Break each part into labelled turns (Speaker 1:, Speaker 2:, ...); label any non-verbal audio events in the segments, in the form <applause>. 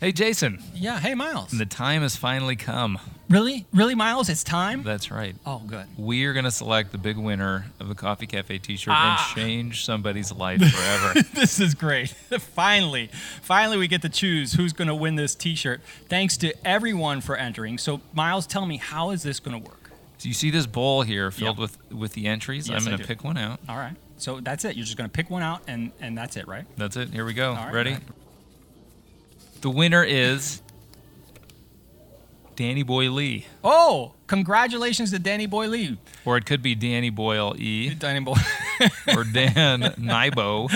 Speaker 1: Hey, Jason,
Speaker 2: Yeah. Hey, Miles.
Speaker 1: the time has finally come.
Speaker 2: really? Really, Miles? It's time?
Speaker 1: That's right.
Speaker 2: Oh, good.
Speaker 1: We are going to select the big winner of the Coffee Cafe t shirt
Speaker 2: Ah.
Speaker 1: and change somebody's life
Speaker 2: <laughs>
Speaker 1: forever.
Speaker 2: <laughs> this is great. finally, finally, we get to choose who's going to win this t shirt. Thanks to everyone for entering. So, Miles, tell me, how is this going to work?
Speaker 1: so you see this bowl here filled
Speaker 2: Yep.
Speaker 1: with, with the entries?
Speaker 2: Yes,
Speaker 1: I'm
Speaker 2: I
Speaker 1: going
Speaker 2: do.
Speaker 1: to pick one out.
Speaker 2: All right. So, that's it. You're just going to pick one out, and, and that's it, right?
Speaker 1: That's it. Here we go.
Speaker 2: All right,
Speaker 1: Ready?
Speaker 2: all
Speaker 1: The winner is Danny Boy Lee,
Speaker 2: Oh, congratulations to Danny Boy Lee.
Speaker 1: or it could be Danny Boyle E,
Speaker 2: Danny Boy.
Speaker 1: or Dan Nibo.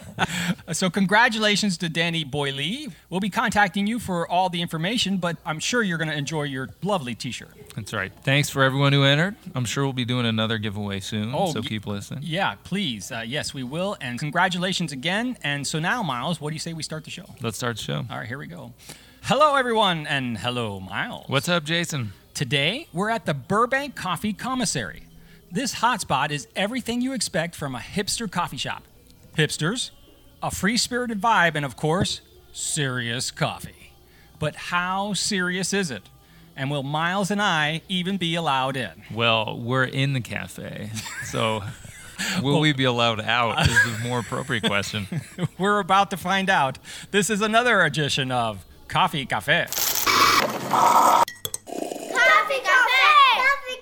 Speaker 2: <laughs> so, congratulations to Danny Boy Lee. We'll be contacting you for all the information, but I'm sure you're going to enjoy your lovely t shirt.
Speaker 1: That's right. Thanks for everyone who entered. I'm sure we'll be doing another giveaway soon,
Speaker 2: Oh,
Speaker 1: so
Speaker 2: ye-
Speaker 1: keep listening.
Speaker 2: Yeah, please. Uh, yes, we will. And congratulations again. And so now, Miles, what do you say we start the show?
Speaker 1: Let's start the show.
Speaker 2: All right, here we go. Hello, everyone, and hello, Miles.
Speaker 1: What's up, Jason?
Speaker 2: Today, we're at the Burbank Coffee Commissary. This hotspot is everything you expect from a hipster coffee shop hipsters, a free spirited vibe, and of course, serious coffee. But how serious is it? And will Miles and I even be allowed in?
Speaker 1: Well, we're in the
Speaker 2: <laughs>
Speaker 1: cafe, so will we be allowed out? Is the more appropriate
Speaker 2: <laughs>
Speaker 1: question.
Speaker 2: We're about to find out. This is another edition of Coffee Cafe.
Speaker 3: Coffee Cafe! Coffee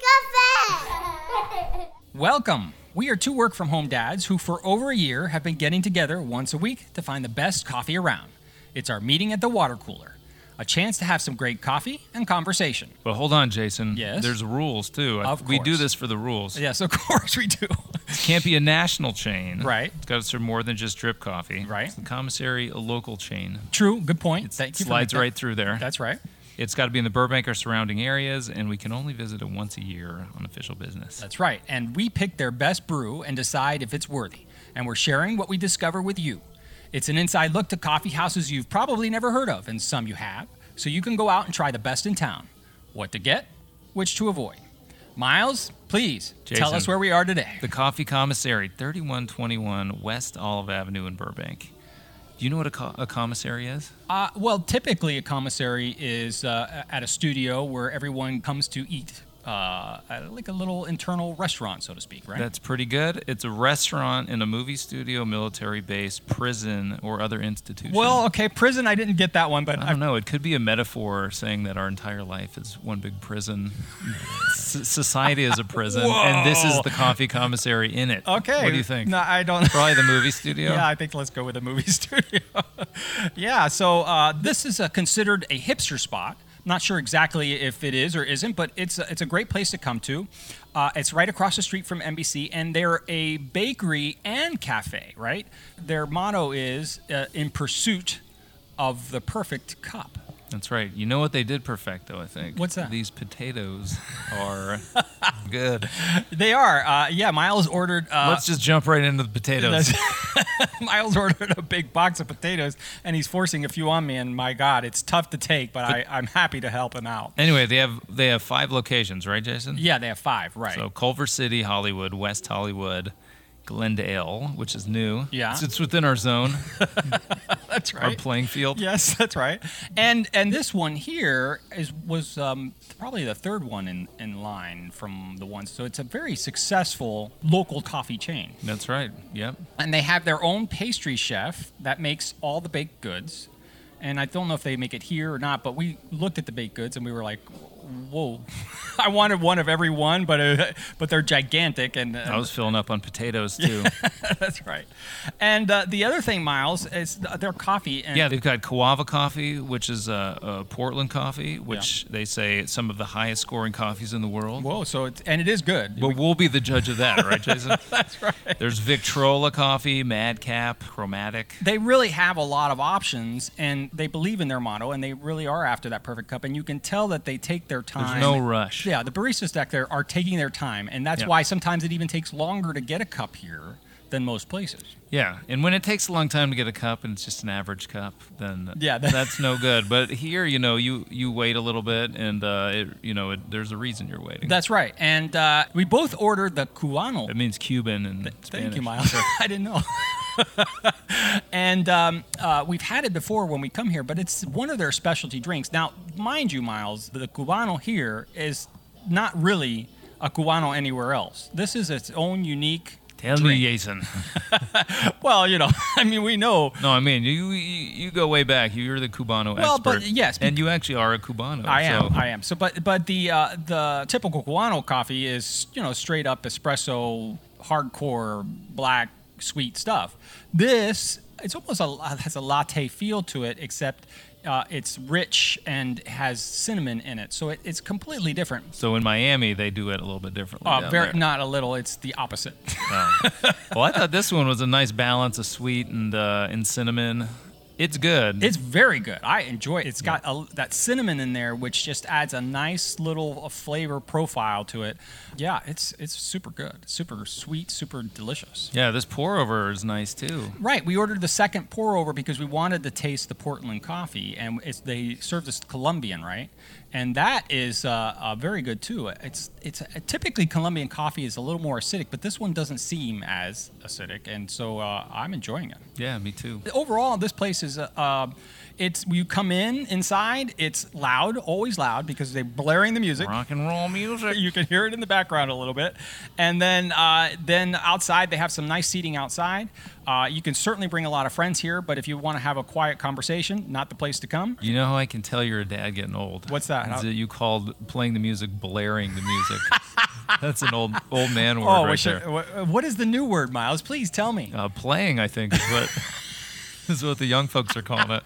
Speaker 3: Cafe! <laughs>
Speaker 2: Welcome. We are two work from home dads who, for over a year, have been getting together once a week to find the best coffee around. It's our meeting at the water cooler, a chance to have some great coffee and conversation.
Speaker 1: But hold on, Jason.
Speaker 2: Yes?
Speaker 1: There's rules too. I-
Speaker 2: Of
Speaker 1: We do
Speaker 2: course.
Speaker 1: this for the rules.
Speaker 2: Yes, of <laughs> course we do.
Speaker 1: Can't be a national chain.
Speaker 2: Right.
Speaker 1: It's got to serve more than just drip coffee.
Speaker 2: Right.
Speaker 1: It's the commissary, a local chain.
Speaker 2: True, good point.
Speaker 1: It
Speaker 2: Thank you. for
Speaker 1: slides
Speaker 2: making-
Speaker 1: right through there.
Speaker 2: That's right.
Speaker 1: It's got to be in the Burbank or surrounding areas, and we can only visit it once a year on official business.
Speaker 2: That's right. And we pick their best brew and decide if it's worthy. And we're sharing what we discover with you. It's an inside look to coffee houses you've probably never heard of, and some you have. So you can go out and try the best in town. What to get, which to avoid. Miles, please tell
Speaker 1: Jason.
Speaker 2: us where we are today.
Speaker 1: the Coffee Commissary, 3121 West Olive Avenue in Burbank. Do you know what a, co- a commissary is?
Speaker 2: Uh, well, typically a commissary is uh, at a studio where everyone comes to eat, uh, at like a little internal restaurant, so to speak, right?
Speaker 1: That's pretty good. It's a restaurant in a movie studio, military base, prison, or other institution.
Speaker 2: well, okay, prison, I didn't get that one, but
Speaker 1: I don't know. It could be a metaphor saying that our entire life is one big prison. S- society is a prison, and this is
Speaker 2: Whoa.
Speaker 1: the coffee commissary in it.
Speaker 2: okay.
Speaker 1: What do you think?
Speaker 2: No, I don't.
Speaker 1: Probably the movie studio.
Speaker 2: Yeah, I think let's go with a movie <laughs> studio. yeah, so uh, this is uh considered a hipster spot. Not sure exactly if it is or isn't, but it's a, it's a great place to come to. Uh, it's right across the street from NBC, and they're a bakery and cafe, right? Their motto is uh, "In pursuit of the perfect cup."
Speaker 1: That's right. You know what they did perfect, though, I think?
Speaker 2: What's that?
Speaker 1: These potatoes
Speaker 2: <laughs>
Speaker 1: are good.
Speaker 2: They are, uh, yeah. Miles ordered. Uh,
Speaker 1: Let's just jump right into the potatoes.
Speaker 2: <laughs> Miles ordered a big box of potatoes, and he's forcing a few on me. And my God, it's tough to take, but I, I'm happy to help him out.
Speaker 1: Anyway, they have they have five locations, right, Jason?
Speaker 2: Yeah, they have five, right?
Speaker 1: So Culver City, Hollywood, West Hollywood, Glendale, which is new.
Speaker 2: Yeah.
Speaker 1: It's, it's within our zone,
Speaker 2: <laughs> that's
Speaker 1: our playing field.
Speaker 2: Yes, that's right. And and this one here is was um, probably the third one in, in line from the ones. So it's a very successful local coffee chain,
Speaker 1: That's right. Yep.
Speaker 2: and they have their own pastry chef that makes all the baked goods. And I don't know if they make it here or not, but we looked at the baked goods and we were like, "Whoa, <laughs> I wanted one of every one, but uh, but they're gigantic." And, and
Speaker 1: I was filling up on potatoes too.
Speaker 2: <laughs> that's right. And uh, the other thing, Miles, is th- their coffee. And
Speaker 1: yeah, they've got Kawava coffee, which is a, a Portland coffee, which they say is some of the highest scoring coffees in the world.
Speaker 2: Whoa, so it's and it is good.
Speaker 1: But we'll be the judge of that, right,
Speaker 2: <laughs>
Speaker 1: Jason? That's right. There's Victrola coffee, Madcap, Chromatic.
Speaker 2: they really have a lot of options and they believe in their motto and they really are after that perfect cup and you can tell that they take their time
Speaker 1: no rush.
Speaker 2: yeah the baristas back there are taking their time and that's
Speaker 1: Yeah.
Speaker 2: why sometimes it even takes longer to get a cup here than most places
Speaker 1: Yeah, and when it takes a long time to get a cup and it's just an average cup, then
Speaker 2: <laughs> Yeah, that-
Speaker 1: that's no good. But here, you know, you you wait a little bit, and uh, it, you know, it, there's a reason you're waiting.
Speaker 2: that's right and uh, we both ordered the cubano
Speaker 1: it means Cuban and
Speaker 2: thank you miles <laughs> i didn't know and um, uh, we've had it before when we come here, but it's one of their specialty drinks. Now, mind you, Miles, the cubano here is not really a cubano anywhere else. This is its own unique.
Speaker 1: <laughs> Tell
Speaker 2: drink.
Speaker 1: me, Jason. <laughs>
Speaker 2: Well, you know, <laughs> I mean, we know
Speaker 1: No, I mean you. You, you go way back. You're the Cubano
Speaker 2: Well,
Speaker 1: expert.
Speaker 2: but yes,
Speaker 1: and you actually are a Cubano.
Speaker 2: I am.
Speaker 1: Oh, so-
Speaker 2: I am. So, but but the uh, the typical Guano coffee is you know straight up espresso, hardcore black sweet stuff. This it's almost a uh, has a latte feel to it, except uh, it's rich and has cinnamon in it, so it, it's completely different.
Speaker 1: So in Miami, they do it a little bit differently.
Speaker 2: Uh,
Speaker 1: down
Speaker 2: very,
Speaker 1: there. Um,
Speaker 2: not a little. It's the opposite. <laughs>
Speaker 1: Well, I thought this one was a nice balance of sweet and uh, and cinnamon. It's good.
Speaker 2: It's very good. I enjoy it. It's got a, that cinnamon in there, which just adds a nice little uh, flavor profile to it. Yeah, it's it's super good, super sweet, super delicious.
Speaker 1: yeah, this pour over is nice too.
Speaker 2: Right, we ordered the second pour over because we wanted to taste the Portland coffee, and it's, they serve this Colombian, right? And that is uh, uh, very good too. It's it's uh, typically Colombian coffee is a little more acidic, but this one doesn't seem as acidic, and so uh, I'm enjoying it
Speaker 1: Yeah, me too.
Speaker 2: overall this place is uh, uh, it's you come in inside it's loud always loud because they're blaring the music
Speaker 1: Rock and roll music.
Speaker 2: <laughs> you can hear it in the background a little bit and then uh, then outside they have some nice seating outside uh, you can certainly bring a lot of friends here but if you want to have a quiet conversation not the place to come
Speaker 1: You know how I can tell you're a dad getting old?
Speaker 2: What's that?
Speaker 1: Is
Speaker 2: How-
Speaker 1: that you called playing the music, blaring the
Speaker 2: <laughs>
Speaker 1: music. That's an old old man word
Speaker 2: oh
Speaker 1: right
Speaker 2: we should,
Speaker 1: there.
Speaker 2: wh- what is the new word miles please tell me
Speaker 1: Uh, playing, I think, is what
Speaker 2: <laughs>
Speaker 1: is what the young folks are calling it.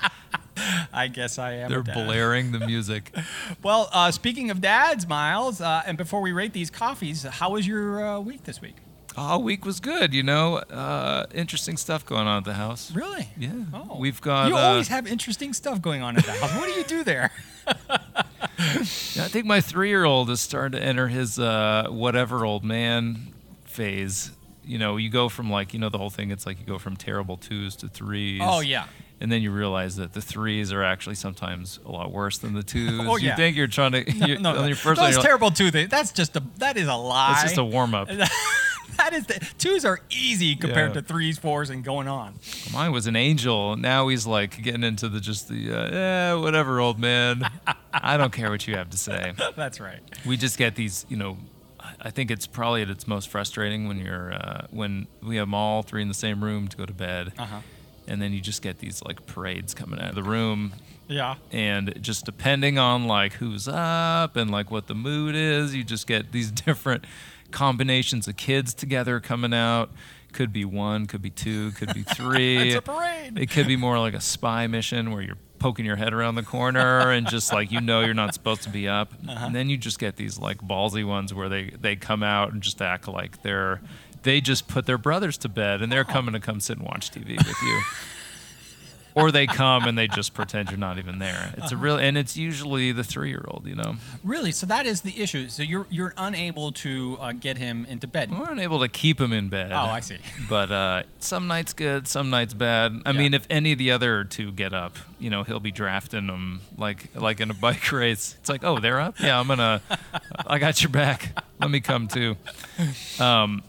Speaker 2: i guess i am a
Speaker 1: They're
Speaker 2: dad.
Speaker 1: blaring the music.
Speaker 2: well uh, speaking of dads miles uh, and before we rate these coffees how was your uh, week this week
Speaker 1: All week was good, you know. Uh, interesting stuff going on at the house.
Speaker 2: Really?
Speaker 1: Yeah.
Speaker 2: Oh.
Speaker 1: We've got.
Speaker 2: You
Speaker 1: uh,
Speaker 2: always have interesting stuff going on at the house. What do you do
Speaker 1: <laughs>
Speaker 2: there?
Speaker 1: I think my three-year-old is starting to enter his uh, whatever old man phase. You know, you go from like you know the whole thing. It's like you go from terrible twos to threes.
Speaker 2: Oh, yeah.
Speaker 1: And then you realize that the threes are actually sometimes a lot worse than the twos.
Speaker 2: <laughs> Oh, yeah.
Speaker 1: You think you're trying
Speaker 2: <laughs>
Speaker 1: to you're, on your first one,
Speaker 2: those
Speaker 1: you're like,
Speaker 2: terrible two things. That's just a that is a lie.
Speaker 1: It's just a
Speaker 2: <laughs>
Speaker 1: warm-up.
Speaker 2: that is the twos are easy compared
Speaker 1: Yeah.
Speaker 2: to threes, fours, and going on.
Speaker 1: Mine was an angel. Now he's like getting into the just the uh, eh, whatever old man.
Speaker 2: <laughs>
Speaker 1: I don't care what you have to say.
Speaker 2: That's right.
Speaker 1: we just get these you know I- i think it's probably at its most frustrating when you're uh, when we have 'em all three in the same room to go to bed
Speaker 2: Uh-huh.
Speaker 1: and then you just get these like parades coming out of the room
Speaker 2: Yeah.
Speaker 1: and just depending on like who's up and like what the mood is you just get these <laughs> different combinations of kids together coming out could be one could be two could
Speaker 2: <laughs>
Speaker 1: be three
Speaker 2: It's a parade.
Speaker 1: it could be more like a spy mission where you're poking your head around the corner and just like you know you're not supposed to be up.
Speaker 2: Uh-huh.
Speaker 1: And then you just get these like ballsy ones where they they come out and just act like they're they just put their brothers to bed and they're coming to come sit and watch TV with you. or they come and they just pretend you're not even there. It's a
Speaker 2: Uh-huh.
Speaker 1: real and it's usually the 3-year-old, you know.
Speaker 2: Really? So that is the issue. So you're you're unable to uh, get him into bed.
Speaker 1: We weren't able to keep him in bed.
Speaker 2: Oh, I see.
Speaker 1: But uh, some nights good, some nights bad. I
Speaker 2: Yeah.
Speaker 1: mean, if any of the other two get up, you know, he'll be drafting them like like in a bike <laughs> race. It's like, oh, they're up. Yeah, I'm gonna. I got your back. Let me come too. Um,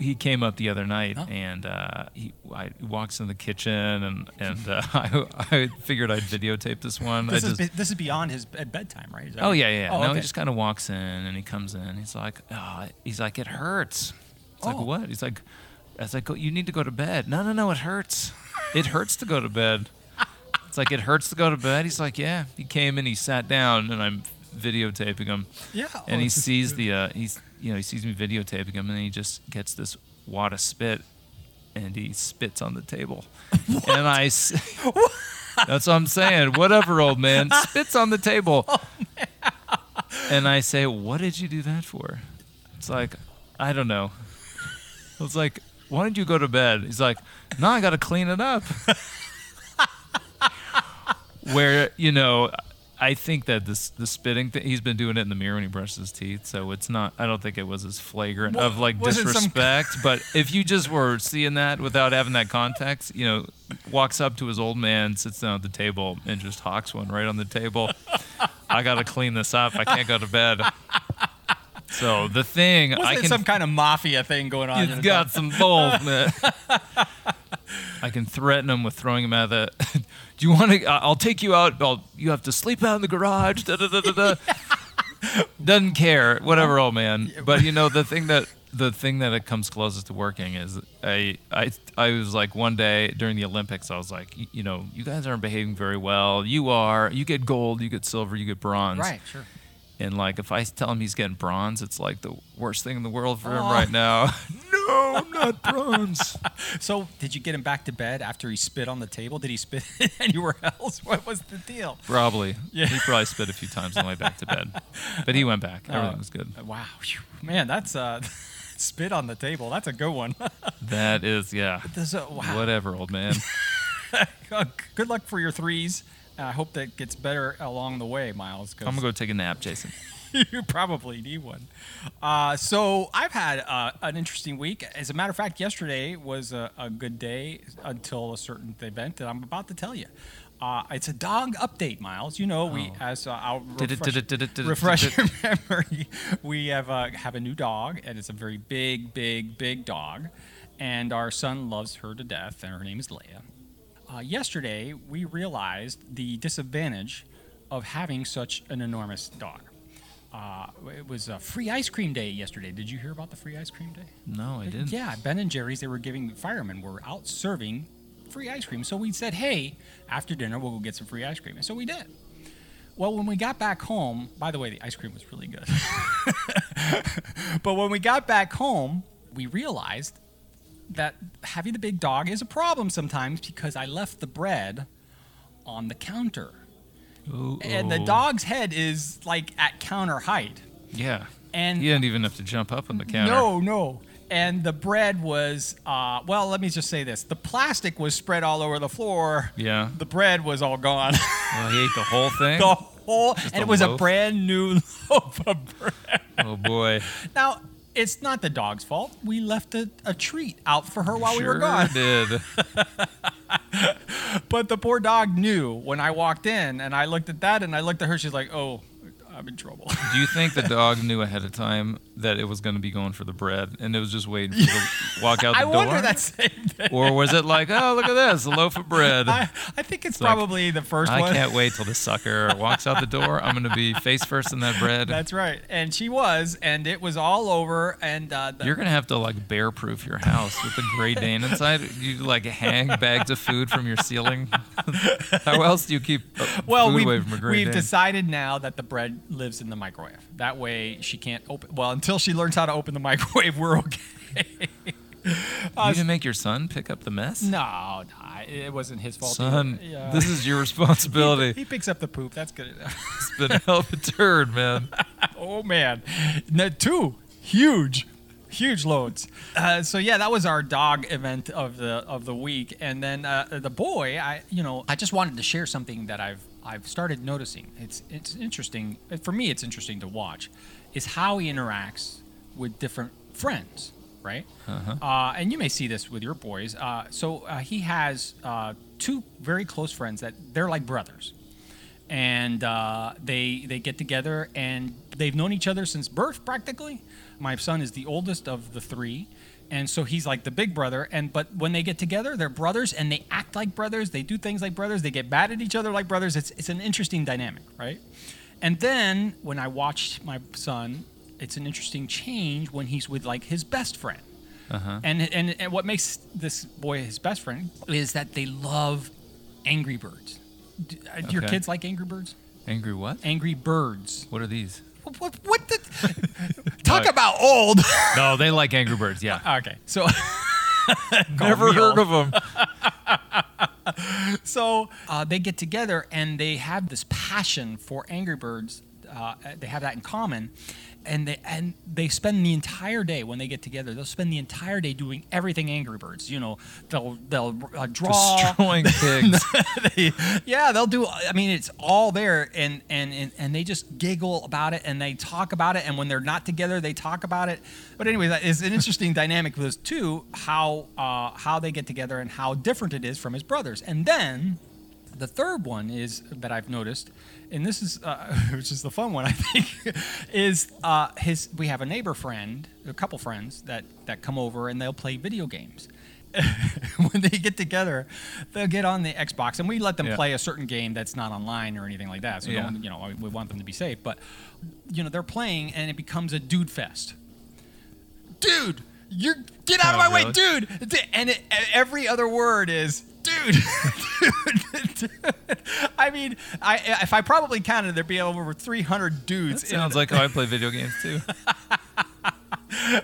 Speaker 1: he came up the other night
Speaker 2: Oh.
Speaker 1: and uh, he I, he walks in the kitchen and and uh, <laughs> I, I figured I'd videotape this one.
Speaker 2: This
Speaker 1: I
Speaker 2: is
Speaker 1: just,
Speaker 2: be this is beyond his bed- bedtime, right? Is that
Speaker 1: Oh
Speaker 2: right?
Speaker 1: yeah, yeah.
Speaker 2: Oh,
Speaker 1: no,
Speaker 2: okay.
Speaker 1: he just kind of walks in and he comes in. He's like, oh, he's like, it hurts. It's like
Speaker 2: Oh.
Speaker 1: what? He's like, I was like, "Oh, you need to go to bed. No, no, no, it hurts. It hurts to go to bed. It's like it hurts to go to bed. He's like, yeah. He came in, he sat down, and I'm videotaping him.
Speaker 2: Yeah.
Speaker 1: And
Speaker 2: Oh,
Speaker 1: he
Speaker 2: this is
Speaker 1: sees
Speaker 2: good.
Speaker 1: the uh, he's you know he sees me videotaping him, and he just gets this wad of spit, and he spits on the table. And I. s- That's what I'm saying. Whatever, old man. Spits on the table. And I say, What did you do that for? It's like, I don't know. I was like, Why don't you go to bed? He's like, No, I got to clean it up. <laughs> Where, you know, I think that this the spitting thing, he's been doing it in the mirror when he brushes his teeth. So it's not, I don't think it was as flagrant of like
Speaker 2: Wasn't some-
Speaker 1: disrespect. but if you just were seeing that without having that context, you know, walks up to his old man, sits down at the table, and just hawks one right on the table. I got to clean this up. I can't go to bed. So the thing
Speaker 2: Wasn't
Speaker 1: I <laughs>
Speaker 2: it
Speaker 1: can
Speaker 2: <laughs> some kind of mafia thing going on? in
Speaker 1: it's
Speaker 2: the
Speaker 1: got some balls, man. I can threaten them with throwing them out of the. <laughs> Do you want to? I'll take you out. I'll, you have to sleep out in the garage. Da, da, da, da, da. <laughs> Doesn't care. Whatever, old
Speaker 2: <laughs>
Speaker 1: man. But you know the thing that the thing that it comes closest to working is I I I was like one day during the Olympics I was like y- you know you guys aren't behaving very well. You are. You get gold. You get silver. You get bronze.
Speaker 2: Right, sure.
Speaker 1: And like, if I tell him he's getting bronze, it's like the worst thing in the world for him
Speaker 2: Aw.
Speaker 1: right now.
Speaker 2: <laughs>
Speaker 1: no, I'm not bronze.
Speaker 2: So, did you get him back to bed after he spit on the table? Did he spit <laughs> anywhere else? What was the deal?
Speaker 1: probably.
Speaker 2: Yeah.
Speaker 1: He probably spit a few times on the way back to bed, but he went
Speaker 2: Oh.
Speaker 1: back. Everything was good.
Speaker 2: Wow, phew. man, that's uh, <laughs> spit on the table. That's a good one. <laughs>
Speaker 1: That is, yeah.
Speaker 2: That's a- wow.
Speaker 1: Whatever, old man.
Speaker 2: Uh, good luck for your threes. I hope that gets better along the way, Miles.
Speaker 1: I'm gonna go take a nap, Jason.
Speaker 2: <laughs> you probably need one. Uh, so I've had uh, an interesting week. As a matter of fact, yesterday was a, a good day until a certain event that I'm about to tell you. Uh, it's a dog update, Miles. You know, we as uh, I'll
Speaker 1: Oh. Did it,
Speaker 2: refresh,
Speaker 1: did it, did it, did it,
Speaker 2: refresh
Speaker 1: did
Speaker 2: your <laughs> memory. We have uh, have a new dog, and it's a very big, big, big dog. And our son loves her to death, and her name is Leia. Uh, yesterday, we realized the disadvantage of having such an enormous dog. Uh, it was a free ice cream day yesterday. Did you hear about the free ice cream day?
Speaker 1: No, I didn't.
Speaker 2: Yeah, Ben and Jerry's, they were giving firemen were out serving free ice cream. So we said, hey, after dinner, we'll go get some free ice cream. And so we did. Well, when we got back home, by the way, the ice cream was really good. <laughs> but when we got back home, we realized that having the big dog is a problem sometimes because I left the bread on the counter.
Speaker 1: Ooh,
Speaker 2: And the
Speaker 1: ooh.
Speaker 2: dog's head is like at counter height.
Speaker 1: Yeah.
Speaker 2: And-
Speaker 1: he didn't even have to jump up on the counter.
Speaker 2: No, no. And the bread was, uh, well, let me just say this. The plastic was spread all over the floor.
Speaker 1: Yeah.
Speaker 2: The bread was all gone. <laughs>
Speaker 1: Well, he ate the whole thing.
Speaker 2: the whole, and
Speaker 1: a
Speaker 2: it was a
Speaker 1: loaf?
Speaker 2: brand new <laughs> loaf of bread.
Speaker 1: Oh boy.
Speaker 2: Now, it's not the dog's fault. We left a, a treat out for her <laughs> while
Speaker 1: sure
Speaker 2: we were gone.
Speaker 1: did.
Speaker 2: But the poor dog knew when I walked in and I looked at that and I looked at her. She's like, oh, I'm in trouble.
Speaker 1: Do you think the dog knew ahead of time that it was going to be going for the bread and it was just waiting for the
Speaker 2: <laughs>
Speaker 1: walk out the
Speaker 2: I
Speaker 1: door?
Speaker 2: wonder that same thing.
Speaker 1: or was it like, oh, look at this, a loaf of bread?
Speaker 2: I, I think it's
Speaker 1: like,
Speaker 2: probably the first
Speaker 1: I
Speaker 2: one.
Speaker 1: can't wait till the sucker walks out the door. I'm going to be face first in that bread.
Speaker 2: <laughs> That's right. And she was, and it was all over. And uh, the,
Speaker 1: You're going to have to like bear proof your house with the Gray Dane inside. You like hang bags of food from your ceiling. <laughs> How else do you keep uh,
Speaker 2: well,
Speaker 1: food
Speaker 2: we've,
Speaker 1: away from a Gray
Speaker 2: we've
Speaker 1: Dane?
Speaker 2: decided now that the bread lives in the microwave. That way she can't open. Well, until she learns how to open the microwave, <laughs> we're okay.
Speaker 1: you didn't make your son pick up the mess?
Speaker 2: no, no, it wasn't his fault.
Speaker 1: Son,
Speaker 2: Yeah.
Speaker 1: this is
Speaker 2: <laughs>
Speaker 1: your
Speaker 2: he,
Speaker 1: responsibility.
Speaker 2: he picks up the poop. That's good enough.
Speaker 1: It's been a hell of a turd, man.
Speaker 2: oh man, no, two huge, huge loads. Uh, so yeah, that was our dog event of the of the week, and then uh, the boy. I you know I just wanted to share something that I've I've started noticing. It's it's interesting for me. It's interesting to watch, is how he interacts with different friends, right? Uh-huh. and you may see this with your boys. Uh, so uh, he has uh, two very close friends that they're like brothers and uh, they they get together and they've known each other since birth practically. My son is the oldest of the three, and so he's like the big brother. And but when they get together, they're brothers and they act like brothers. They do things like brothers. They get mad at each other like brothers. It's it's an interesting dynamic, right? And then when I watched my son, it's an interesting change when he's with like his best friend. And, and and what makes this boy his best friend is that they love Angry Birds. Do, uh, do your
Speaker 1: Okay.
Speaker 2: kids like Angry Birds?
Speaker 1: Angry what?
Speaker 2: Angry Birds.
Speaker 1: What are these?
Speaker 2: What? What, what <laughs> the? Talk
Speaker 1: Right.
Speaker 2: about old.
Speaker 1: No, they like Angry Birds. Yeah,
Speaker 2: <laughs> okay, so <laughs>
Speaker 1: never
Speaker 2: me
Speaker 1: heard
Speaker 2: old.
Speaker 1: of them.
Speaker 2: so uh, they get together and they have this passion for Angry Birds. Uh, they have that in common, and they and they spend the entire day when they get together. They'll spend the entire day doing everything Angry Birds. You know, they'll they'll uh, draw.
Speaker 1: <laughs> Destroying
Speaker 2: <laughs>
Speaker 1: pigs.
Speaker 2: They- yeah, they'll do. I mean, it's all there, and, and and and they just giggle about it, and they talk about it, and when they're not together, they talk about it. But anyway, that is an interesting <laughs> dynamic with those two, how uh, how they get together and how different it is from his brothers. And then the third one is that I've noticed, and this is uh, <laughs> which is the fun one I think, <laughs> is uh, his. We have a neighbor friend, a couple friends that that come over and they'll play video games, <laughs> when they get together, they'll get on the Xbox, and we let them
Speaker 1: Yeah.
Speaker 2: play a certain game that's not online or anything like that. So, we
Speaker 1: Yeah.
Speaker 2: don't- you know, we want them to be safe. But, you know, they're playing, and it becomes a dude fest. Dude, you get out of
Speaker 1: Oh,
Speaker 2: my way,
Speaker 1: really?
Speaker 2: dude. D- And it, e- every other word is dude. <laughs> dude, dude. <laughs> I mean, I if I probably counted, there'd be over 300 dudes.
Speaker 1: It
Speaker 2: in
Speaker 1: sounds
Speaker 2: it.
Speaker 1: like how I play video games too.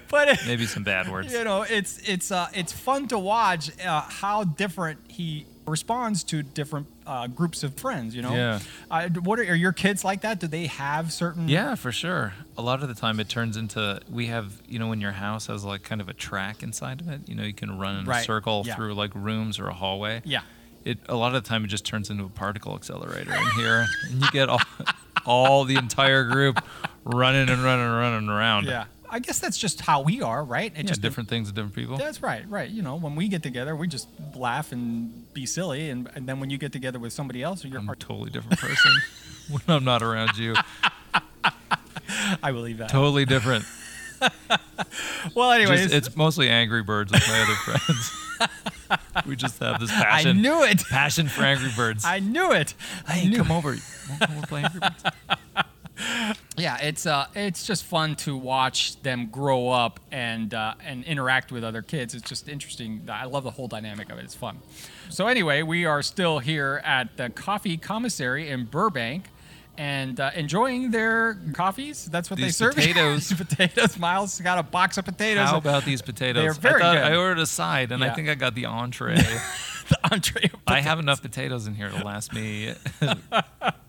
Speaker 2: but it-
Speaker 1: Maybe some bad words.
Speaker 2: <laughs> you know it's it's uh it's fun to watch uh, how different he responds to different uh, groups of friends you know
Speaker 1: Yeah.
Speaker 2: uh, what are, are your kids like that do they have certain
Speaker 1: Yeah, for sure. A lot of the time it turns into we have you know when your house has like kind of a track inside of it. You know you can run in
Speaker 2: Right,
Speaker 1: a circle
Speaker 2: yeah.
Speaker 1: through like rooms or a hallway.
Speaker 2: yeah
Speaker 1: It a lot of the time it just turns into a particle accelerator in here, and you get all <laughs> all the entire group running and running and running around.
Speaker 2: yeah i guess that's just how we are right it
Speaker 1: Yeah,
Speaker 2: just
Speaker 1: different things to different people.
Speaker 2: that's right right you know when we get together we just laugh and be silly and, and then when you get together with somebody else you're
Speaker 1: I'm a totally different person <laughs> when I'm not around you.
Speaker 2: i believe that
Speaker 1: Totally
Speaker 2: <laughs>
Speaker 1: different.
Speaker 2: well anyways
Speaker 1: Just, it's mostly Angry Birds with my other friends. <laughs> we just have this
Speaker 2: i
Speaker 1: passion.
Speaker 2: knew it
Speaker 1: Passion for Angry Birds.
Speaker 2: i knew it i knew
Speaker 1: come over. Won't come over play Angry <laughs> Birds?
Speaker 2: Yeah, it's uh, it's just fun to watch them grow up and uh, and interact with other kids. It's just interesting. I love the whole dynamic of it. It's fun. So anyway, we are still here at the coffee commissary in Burbank. And uh, enjoying their coffees. That's what
Speaker 1: These
Speaker 2: they serve. <laughs> you.
Speaker 1: potatoes.
Speaker 2: These potatoes. Miles got a box of potatoes.
Speaker 1: How about these potatoes?
Speaker 2: They're very
Speaker 1: I thought
Speaker 2: good.
Speaker 1: I ordered a side, and
Speaker 2: Yeah.
Speaker 1: I think I got the entree.
Speaker 2: <laughs> <laughs>
Speaker 1: <laughs>
Speaker 2: the entree? of
Speaker 1: I have enough potatoes in here to last me <laughs>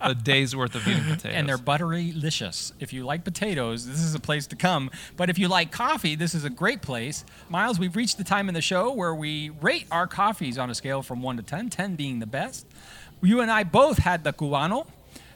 Speaker 1: a day's worth of eating potatoes.
Speaker 2: and they're buttery licious. If you like potatoes, this is a place to come. But if you like coffee, this is a great place. Miles, we've reached the time in the show where we rate our coffees on a scale from 1 to 10, 10 being the best. You and I both had the Cubano.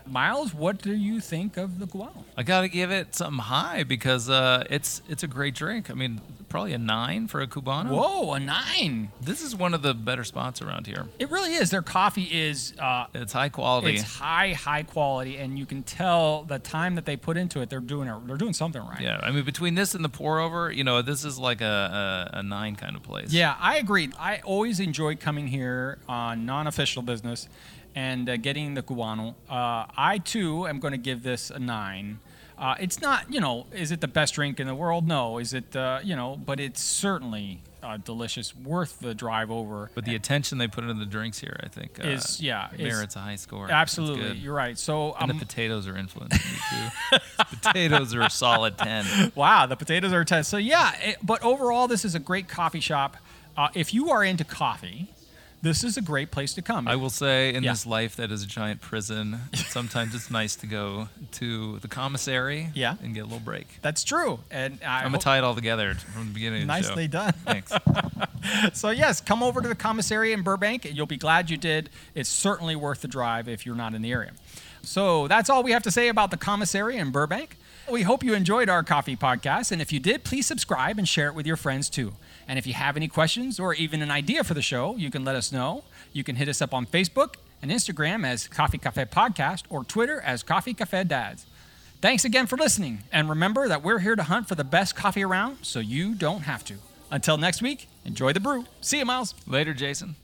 Speaker 2: Miles, what do you think of the Cubano?
Speaker 1: I gotta give it something high because uh, it's it's a great drink. I mean, probably a nine for a cubano.
Speaker 2: Whoa, a 9.
Speaker 1: This is one of the better spots around here.
Speaker 2: It really is. Their coffee is uh,
Speaker 1: It's high quality.
Speaker 2: it's high, high quality, and you can tell the time that they put into it. They're doing it. They're doing something right.
Speaker 1: yeah, I mean, between this and the pour over, you know, this is like a, a, a nine kind of place.
Speaker 2: Yeah, I agree. I always enjoy coming here on non-official business and uh, getting the cubano. Uh, I too am going to give this a nine. Uh, it's not, you know, is it the best drink in the world? No. Is it, uh, you know, but it's certainly uh, delicious, worth the drive over.
Speaker 1: But the attention they put into the drinks here, I think, uh,
Speaker 2: Is- yeah, is-
Speaker 1: merits a high score. It's
Speaker 2: absolutely,
Speaker 1: good.
Speaker 2: you're right. So,
Speaker 1: And
Speaker 2: um,
Speaker 1: the potatoes are influencing me
Speaker 2: <laughs>
Speaker 1: too. potatoes are a solid ten.
Speaker 2: wow, the potatoes are ten. So yeah, it, but overall, this is a great coffee shop. Uh, if you are into coffee, this is a great place to come.
Speaker 1: I will say, in
Speaker 2: Yeah.
Speaker 1: this life that is a giant prison, sometimes it's nice to go to the commissary.
Speaker 2: Yeah.
Speaker 1: And get a little break.
Speaker 2: That's true, and I
Speaker 1: I'm
Speaker 2: hope-
Speaker 1: gonna tie it all together from the <laughs> beginning. Of the show.
Speaker 2: Nicely done. <laughs>
Speaker 1: Thanks.
Speaker 2: So yes, come over to the commissary in Burbank. You'll be glad you did. It's certainly worth the drive if you're not in the area. So that's all we have to say about the commissary in Burbank. We hope you enjoyed our coffee podcast, and if you did, please subscribe and share it with your friends too. And if you have any questions or even an idea for the show, you can let us know. You can hit us up on Facebook and Instagram as Coffee Cafe Podcast or Twitter as Coffee Cafe Dads. Thanks again for listening, and remember that we're here to hunt for the best coffee around so you don't have to. Until next week, enjoy the brew. See you, Miles.
Speaker 1: Later, Jason.